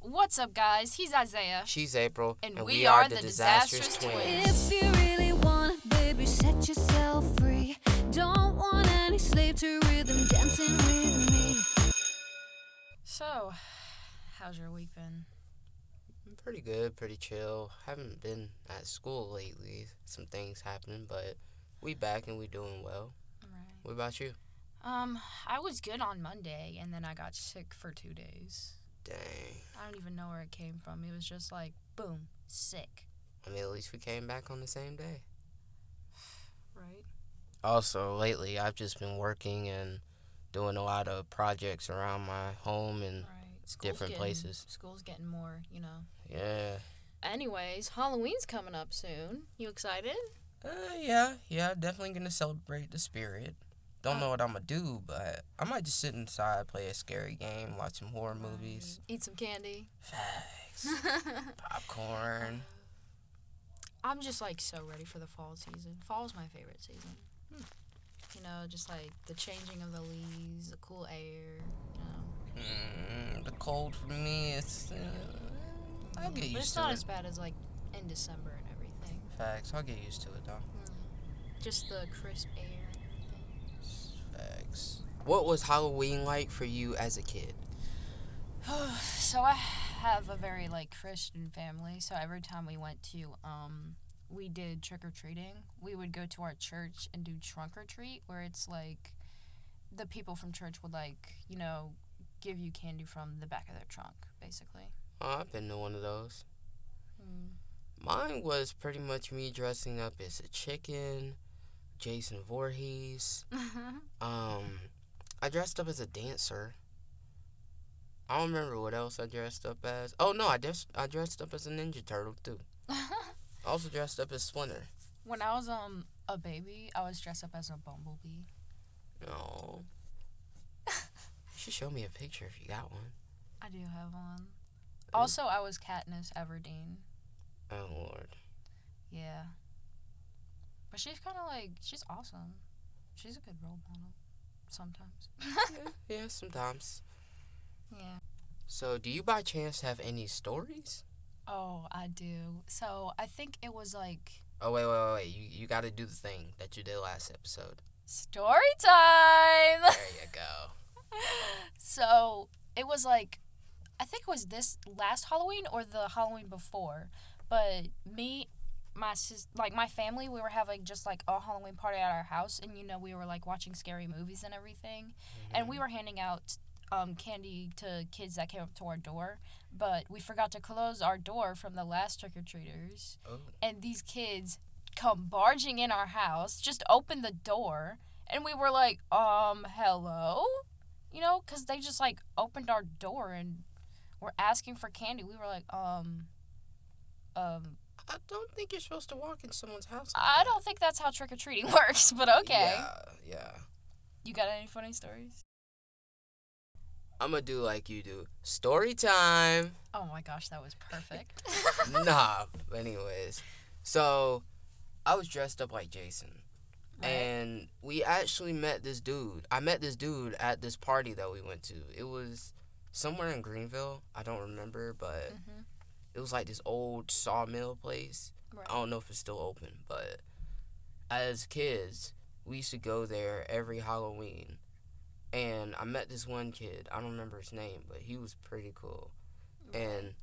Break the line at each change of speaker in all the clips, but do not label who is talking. What's up, guys? He's Isaiah.
She's April,
And we are the Disastrous Twins.
If you really want, baby, set yourself free. Don't want any slave to rhythm dancing with me.
So, how's your week been?
Pretty good, pretty chill. Haven't been at school lately. Some things happening, but we back and we doing well.
Right.
What about you?
Um, I was good on Monday, and then I got sick for two days.
Dang.
I don't even know where it came from. It was just like, boom, sick.
I mean, at least we came back on the same day.
Right.
Also, lately I've just been working and doing a lot of projects around my home and
Right. School's
Hmm. Different
getting-
places.
School's getting more, you know.
yeah.
Anyways, Halloween's coming up soon. You excited?
Uh, yeah, yeah, definitely gonna celebrate the spirit.
Uh,
Don't know what I'm gonna do, but I might just sit inside, play a scary game, watch some horror movies,
Eat some candy.
facts, popcorn.
I'm just like so ready for the fall season. Fall's my favorite season.
Hmm.
You know, just like the changing of the leaves, the cool air. You know,
Mm, the cold for me, it's. Uh, I'll
Yeah,
get
but
used
it's
to
not
it.
as bad as like in December and everything.
Facts, I'll get used to it though.
Just the crisp air and everything.
Facts. What was Halloween like for you as a kid?
so I have a very like Christian family. So every time we went to um we did trick or treating, we would go to our church and do trunk or treat where it's like the people from church would like, you know, give you candy from the back of their trunk, basically.
Oh, I've been to one of those.
Mm.
Mine was pretty much me dressing up as a chicken, Jason Voorhees. Um, I dressed up as a dancer. I don't remember what else I dressed up as. Oh no, I just I dressed up as a Ninja Turtle too. I also dressed up as Splinter.
when I was um a baby, I was dressed up as a bumblebee.
Oh. you should show me a picture if you got one.
I do have one. Also, I was Katniss Everdeen.
Oh lord.
Yeah. But she's kind of like, she's awesome. She's a good role model sometimes.
Yeah, sometimes.
yeah.
So, do you by chance have any stories?
Oh, I do. So I think it was like
Oh wait, wait, wait, wait. You you got to do the thing that you did last episode.
story time.
There you go.
so it was like, I think it was this last Halloween or the Halloween before. But me, my sis, like my family, we were having just like a Halloween party at our house, and you know we were like watching scary movies and everything.
Mm-hmm.
and we were handing out um, candy to kids that came up to our door, but we forgot to close our door from the last trick or treaters,
Oh.
and these kids come barging in our house, just open the door, and we were like, um, hello, you know, because they just like opened our door and were asking for candy. We were like, um, um,
I don't think you're supposed to walk in someone's house. like
I
that.
don't think that's how trick or treating works, but okay.
Yeah, yeah.
You got any funny stories?
I'm gonna do like you do. Story time.
Oh my gosh, that was perfect.
nah. But anyways, so I was dressed up like Jason,
Right.
and we actually met this dude. I met this dude at this party that we went to. It was somewhere in Greenville. I don't remember, but
Mhm.
it was like this old sawmill place.
Right.
I don't know if it's still open, but as kids, we used to go there every Halloween. And I met this one kid. I don't remember his name, but he was pretty cool. And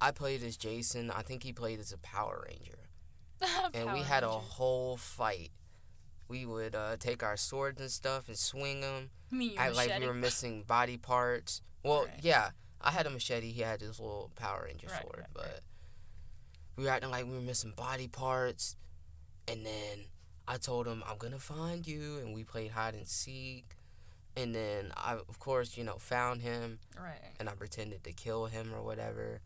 I played as Jason. I think he played as a Power Ranger.
Mm-hmm.
And we
Power
had a
Rangers.
whole fight. We would uh, take our swords and stuff and swing them.
Me, your
Act like we
machete.
were missing body parts. Well,
Right.
yeah, I had a machete. He had his little Power Ranger
Right,
sword,
right,
but we were acting like we were missing body parts. And then I told him, "I'm gonna find you," and we played hide and seek. And then I, of course, you know, found him,
Right.
and I pretended to kill him or whatever.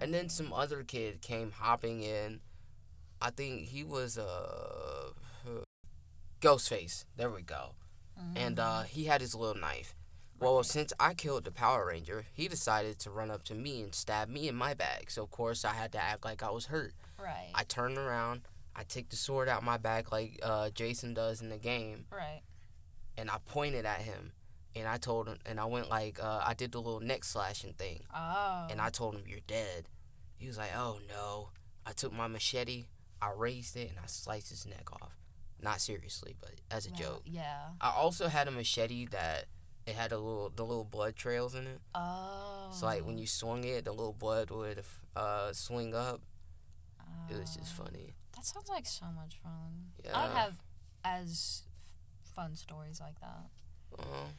And then some other kid came hopping in. I think he was uh, Ghostface. There we go and uh, he had his little knife.
Mm-hmm.
Well, since I killed the Power Ranger, he decided to run up to me and stab me in my back. So of course I had to act like I was hurt.
Right.
I turned around, I took the sword out my back like uh, Jason does in the game,
right.
and I pointed at him. and I told him, and I went like, uh, I did the little neck slashing thing,
Oh.
and I told him, "You're dead." He was like, "Oh no!" I took my machete, I raised it, and I sliced his neck off. Not seriously, but as a
Well,
joke.
Yeah.
I also had a machete that it had a little the little blood trails in it.
Oh.
So like when you swung it, the little blood would uh, swing up. It was just funny.
Oh. That sounds like so much fun. I
Yeah.
don't have as f- fun stories like that.
Well,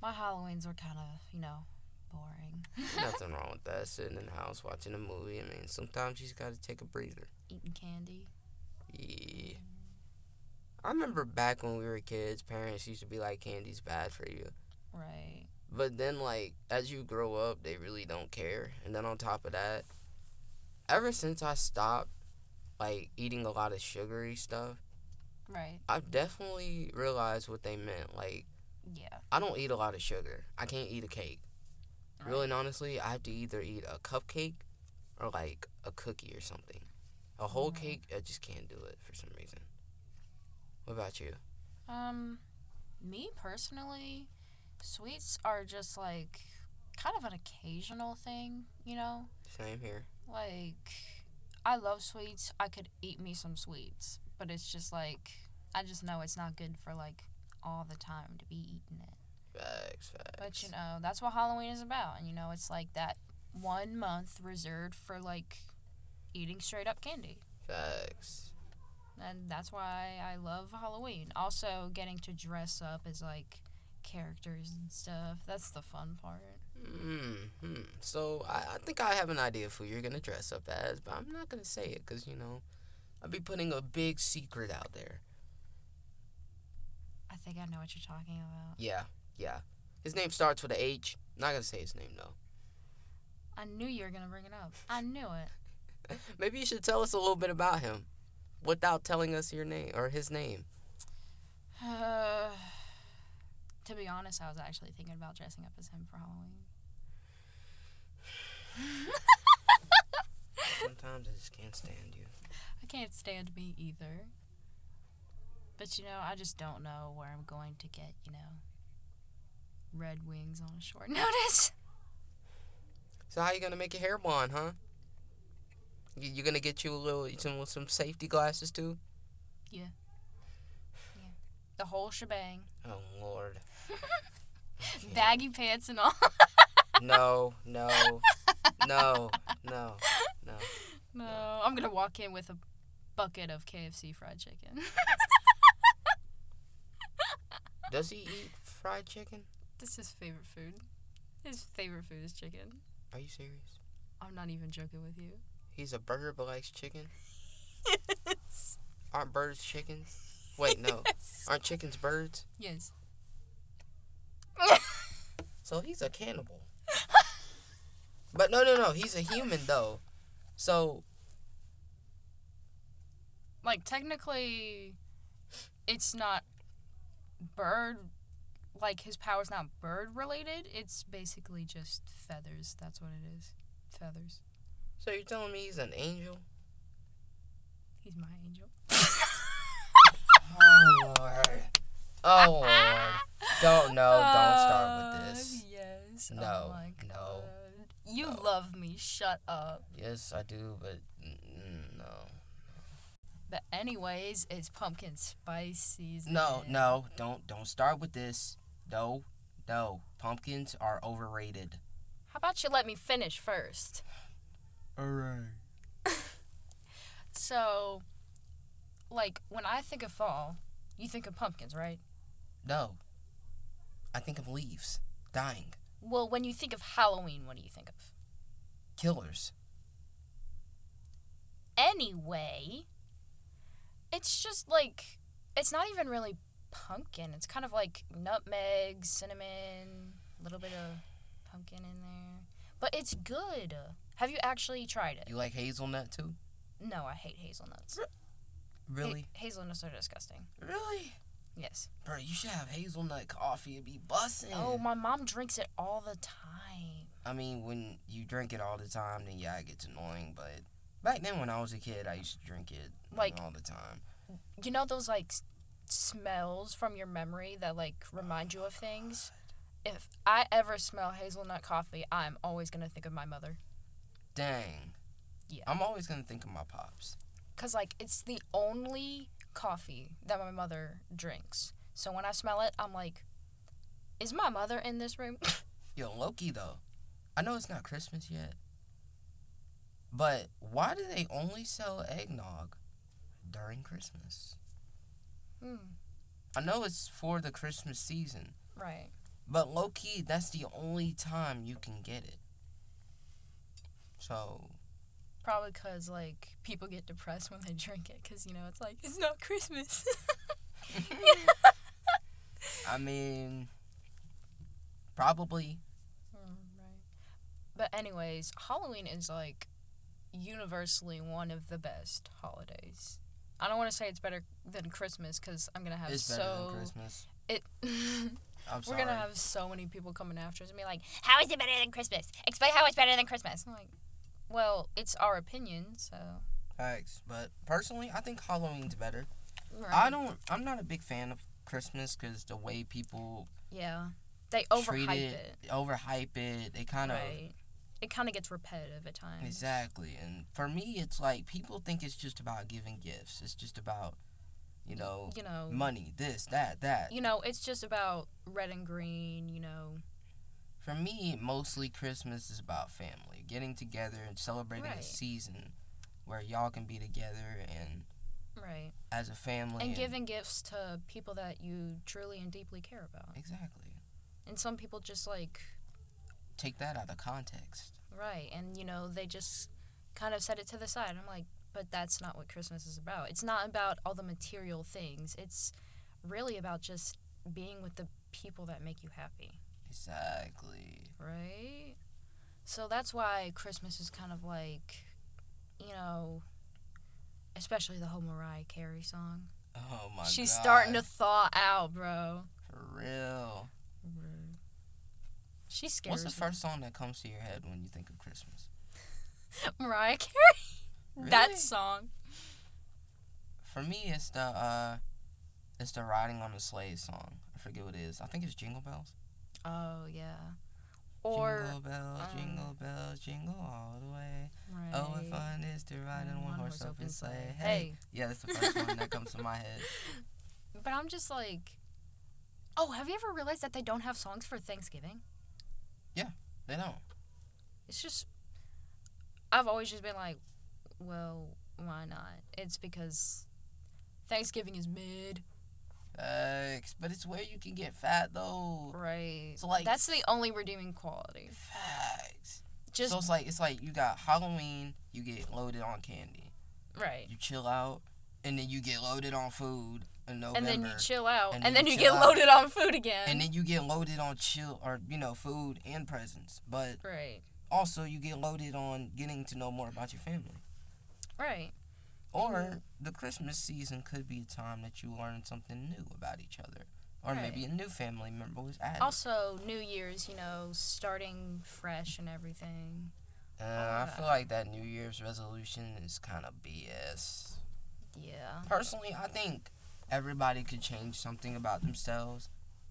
My Halloweens were kind of, you know, boring.
nothing wrong with that. Sitting in the house watching a movie. I mean, sometimes you just gotta take a breather.
Eating candy.
Yeah. I remember back when we were kids, parents used to be like, "Candy's bad for you."
Right.
But then, like, as you grow up, they really don't care. And then on top of that, ever since I stopped, like, eating a lot of sugary stuff,
Right.
I've definitely realized what they meant. Like,
Yeah.
I don't eat a lot of sugar. I can't eat a cake. Really and honestly, I have to either eat a cupcake or, like, a cookie or something. A whole
Mhm.
cake, I just can't do it for some reason. What about you?
Um, me personally, sweets are just like kind of an occasional thing, you know?
Same here.
Like, I love sweets. I could eat me some sweets, but it's just like, I just know it's not good for like all the time to be eating it.
Facts, facts.
But you know, that's what Halloween is about. And you know, it's like that one month reserved for like eating straight up candy.
Facts.
And that's why I love Halloween. Also, getting to dress up as like characters and stuff. That's the fun part.
Mm-hmm. So I, I think I have an idea of who you're gonna dress up as, but I'm not gonna say it because you know I'd be putting a big secret out there.
I think I know what you're talking about.
Yeah, yeah. His name starts with a H. Not gonna say his name though.
I knew you were going to bring it up. I knew it.
Maybe you should tell us a little bit about him, without telling us your name or his name.
Uh, to be honest, I was actually thinking about dressing up as him for Halloween.
Sometimes I just can't stand you.
I can't stand me either. But you know, I just don't know where I'm going to get, you know, red wings on a short notice.
So how you gonna make your hair blonde, huh? You, you gonna get you a little some some safety glasses too?
The whole shebang.
Oh Lord. Okay.
Baggy pants and all.
no, no, no, no, no.
No, I'm gonna walk in with a bucket of KFC fried chicken.
Does he eat fried chicken?
That's his favorite food. His favorite food is chicken.
Are you serious?
I'm not even joking with you.
He's a burger but likes chicken? Aren't birds chickens? Wait, no. Aren't chickens birds?
Yes.
So he's a cannibal. but no, no, no. He's a human, though. So,
Like technically, it's not bird. Like his power's not bird related. It's basically just feathers. That's what it is. Feathers.
so you're telling me he's an angel?
He's my angel.
Oh, Lord. Oh, Lord. Don't, no, Oh, don't start with
Uh,
this.
Yes.
No,
Oh my
no,
God. You
no.
love me. Shut up.
Yes, I do, but mm, no.
But anyways, it's pumpkin spice season.
No, no, don't don't start with this. No, no. Pumpkins are overrated.
How about you let me finish first?
Alright.
So, like when I think of fall, you think of pumpkins, right?
No. I think of leaves. Dying.
Well, when you think of Halloween, what do you think of?
Killers.
Anyway, it's just like it's not even really pumpkin. It's kind of like nutmeg, cinnamon, a little bit of pumpkin in there. But it's good. Have you actually tried it?
You like hazelnut too?
No, I hate hazelnuts. Ha-
Really?
hazelnuts are disgusting.
Really?
Yes.
Bro, you should have hazelnut coffee. It'd be bussin'.
Oh, my mom drinks it all the time.
I mean, when you drink it all the time, then yeah, it gets annoying. But back then, when I was a kid, I used to drink it
Like-
all the time.
You know those like s- smells from your memory that like remind you of things? If I ever smell hazelnut coffee, I'm always gonna think of my mother.
Dang.
Yeah.
I'm always gonna think of my pops.
Cause like it's the only coffee that my mother drinks. So when I smell it, I'm like, is my mother in this room?
Yo, Loki though. I know it's not Christmas yet. But why do they only sell eggnog during Christmas?
hmm.
I know it's for the Christmas season,
Right.
but low key, that's the only time you can get it. So,
Probably cause like people get depressed when they drink it, cause you know it's like it's not Christmas.
I mean, probably.
Mm, right. But anyways, Halloween is like universally one of the best holidays. I don't want to say it's better than Christmas because I'm gonna have
It's better
so
than Christmas.
it.
I'm
we're
sorry.
gonna have so many people coming after us and be like, "How is it better than Christmas? Explain how it's better than Christmas." I'm like, well, it's our opinion, so.
Facts. But personally, I think Halloween's better.
Right.
I don't, I'm not a big fan of Christmas because the way people
Yeah, they
treat
overhype
it,
it.
they overhype it, they kind of.
Right. It kind of gets repetitive at times.
Exactly. And for me, it's like people think it's just about giving gifts, it's just about, you know,
You know.
money, this, that, that.
you know, it's just about red and green. You know.
For me, mostly Christmas is about family, getting together and celebrating a
Right.
season where y'all can be together and
Right.
as a family.
and giving gifts to people that you truly and deeply care about.
Exactly.
And some people just like
Take that out of context.
right, and you know they just kind of set it to the side. I'm like, but that's not what Christmas is about. It's not about all the material things. It's really about just being with the people that make you happy,
Exactly.
right? So that's why Christmas is kind of like, you know, especially the whole Mariah Carey song.
Oh my
She's
God.
starting to thaw out, bro.
For real.
Mm-hmm. She scares
What's the
me.
first song that comes to your head when you think of Christmas?
Mariah Carey. That
Really?
song.
For me, it's the uh, it's the riding on the sleigh song. I forget what it is. I think it's Jingle Bells.
Oh yeah. Or
Jingle Bells,
um,
Jingle Bells, Jingle all the way.
right.
Oh, what fun it is to ride in one horse open sleigh. Hey. Yeah, that's the first one that comes to my head.
But I'm just like, oh, have you ever realized that they don't have songs for Thanksgiving?
They don't.
It's just, I've always just been like, well, why not? It's because Thanksgiving is mid,
Facts. But it's where you can get fat though.
right?
So, like-
That's the only redeeming quality.
Facts.
Just
so it's like it's like you got Halloween, you get loaded on candy.
right.
You chill out, and then you get loaded on food in November.
And then you chill out,
And
and,
then
then
you
you
chill
get
out.
loaded on food again.
and then you get loaded on chill or you know food and presents but
right,
also you get loaded on getting to know more about your family
right.
or the christmas season could be a time that you learn something new about each other or maybe a new family member was added
Also, New Year's, you know, starting fresh and everything.
uh, i feel like that new year's resolution is kind of bs
Yeah.
personally i think everybody could change something about themselves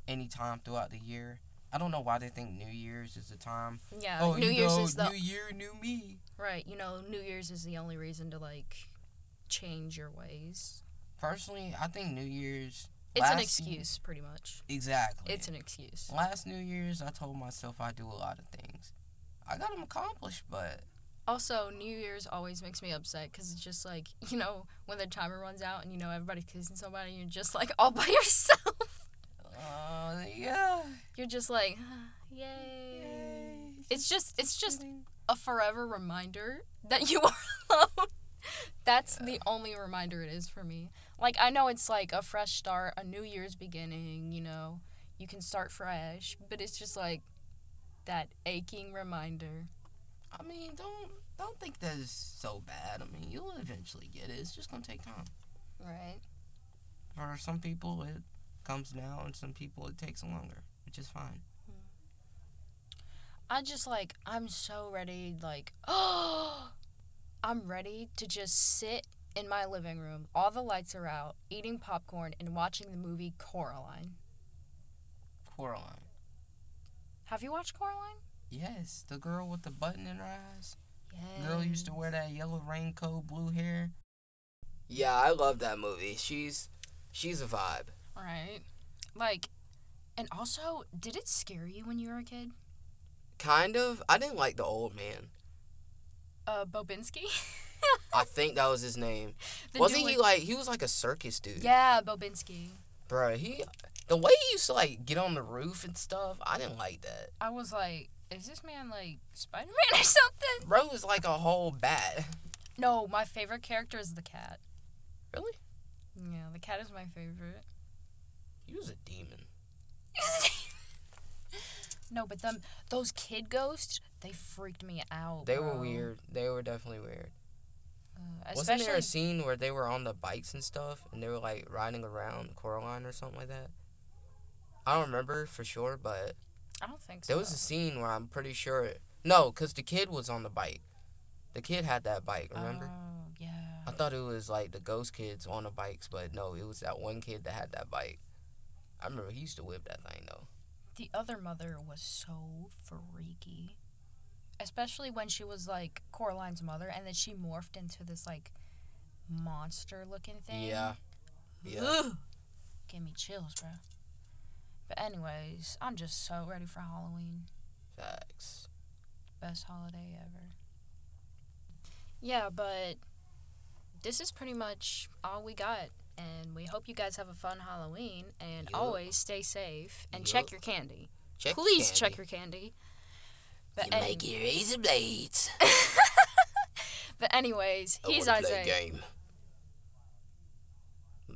anytime throughout the year i don't know why they think new year's is the time
Yeah.
oh
Uh, New
you
Year's
know,
is the
new year new me
right. You know, New Year's is the only reason to like change your ways.
Personally, I think New Year's.
It's an
last-
excuse, pretty much.
Exactly.
It's an excuse.
last New Year's. I told myself I do a lot of things. I got them accomplished, but
Also, New Year's always makes me upset because it's just like you know when the timer runs out and you know everybody's kissing somebody, and you're just like all by yourself.
uh, yeah.
You're just like, yay. It's just it's just a forever reminder that you are alone. That's the only reminder it is for me. Like I know it's like a fresh start, a new year's beginning, you know. You can start fresh, but it's just like that aching reminder.
I mean, don't don't think that is so bad. I mean, you'll eventually get it. It's just gonna take time.
Right.
For some people, it comes now, and some people it takes longer, which is fine.
I just like I'm so ready like oh I'm ready to just sit in my living room. All the lights are out, eating popcorn and watching the movie Coraline.
Coraline.
Have you watched Coraline?
Yes, the girl with the button in her eyes.
Yeah.
Girl used to wear that yellow raincoat, blue hair. Yeah, I love that movie. She's she's a vibe.
Right. Like, and also, did it scare you when you were a kid?
Kind of. I didn't like the old man.
Uh, Bobinski.
I think that was his name.
The
Wasn't
new
he
one-
like he was like a circus dude?
Yeah, Bobinski.
Bro, he the way he used to like get on the roof and stuff, I didn't like that.
I was like, is this man like Spider Man or something?
Bro was like a whole bat.
No, my favorite character is the cat.
Really?
Yeah, the cat is my favorite.
He was a demon.
no, but them those kid ghosts, they freaked me out.
They were
bro.
weird. They were definitely weird.
Uh,
Wasn't there
especially
a scene where they were on the bikes and stuff and they were like riding around Coraline or something like that? I don't remember for sure, but
I don't think so.
there was a scene where I'm pretty sure no, cause the kid was on the bike. The kid had that bike, remember?
Oh,
I
yeah.
thought it was like the ghost kids on the bikes, but no, it was that one kid that had that bike. I remember he used to whip that thing though.
The other mother was so freaky. Especially when she was like Coraline's mother and then she morphed into this like monster looking thing.
Yeah. Yeah.
Ugh. Give me chills, bro. But anyways, I'm just so ready for Halloween.
Facts.
Best holiday ever. Yeah, but this is pretty much all we got. And we hope you guys have a fun Halloween and
Yup.
always stay safe and
Yup.
check your candy.
Check your
Please
candy.
check your candy. But,
You
any-
make your razor blades.
but anyways,
I
he's
wanna play
Isaiah.
game.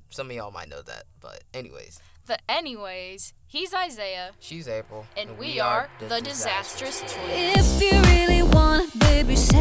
Some of y'all might know that, but anyways,
But anyways, he's Isaiah,
she's April,
and, we, are the disastrous twins.
If you really want, baby, set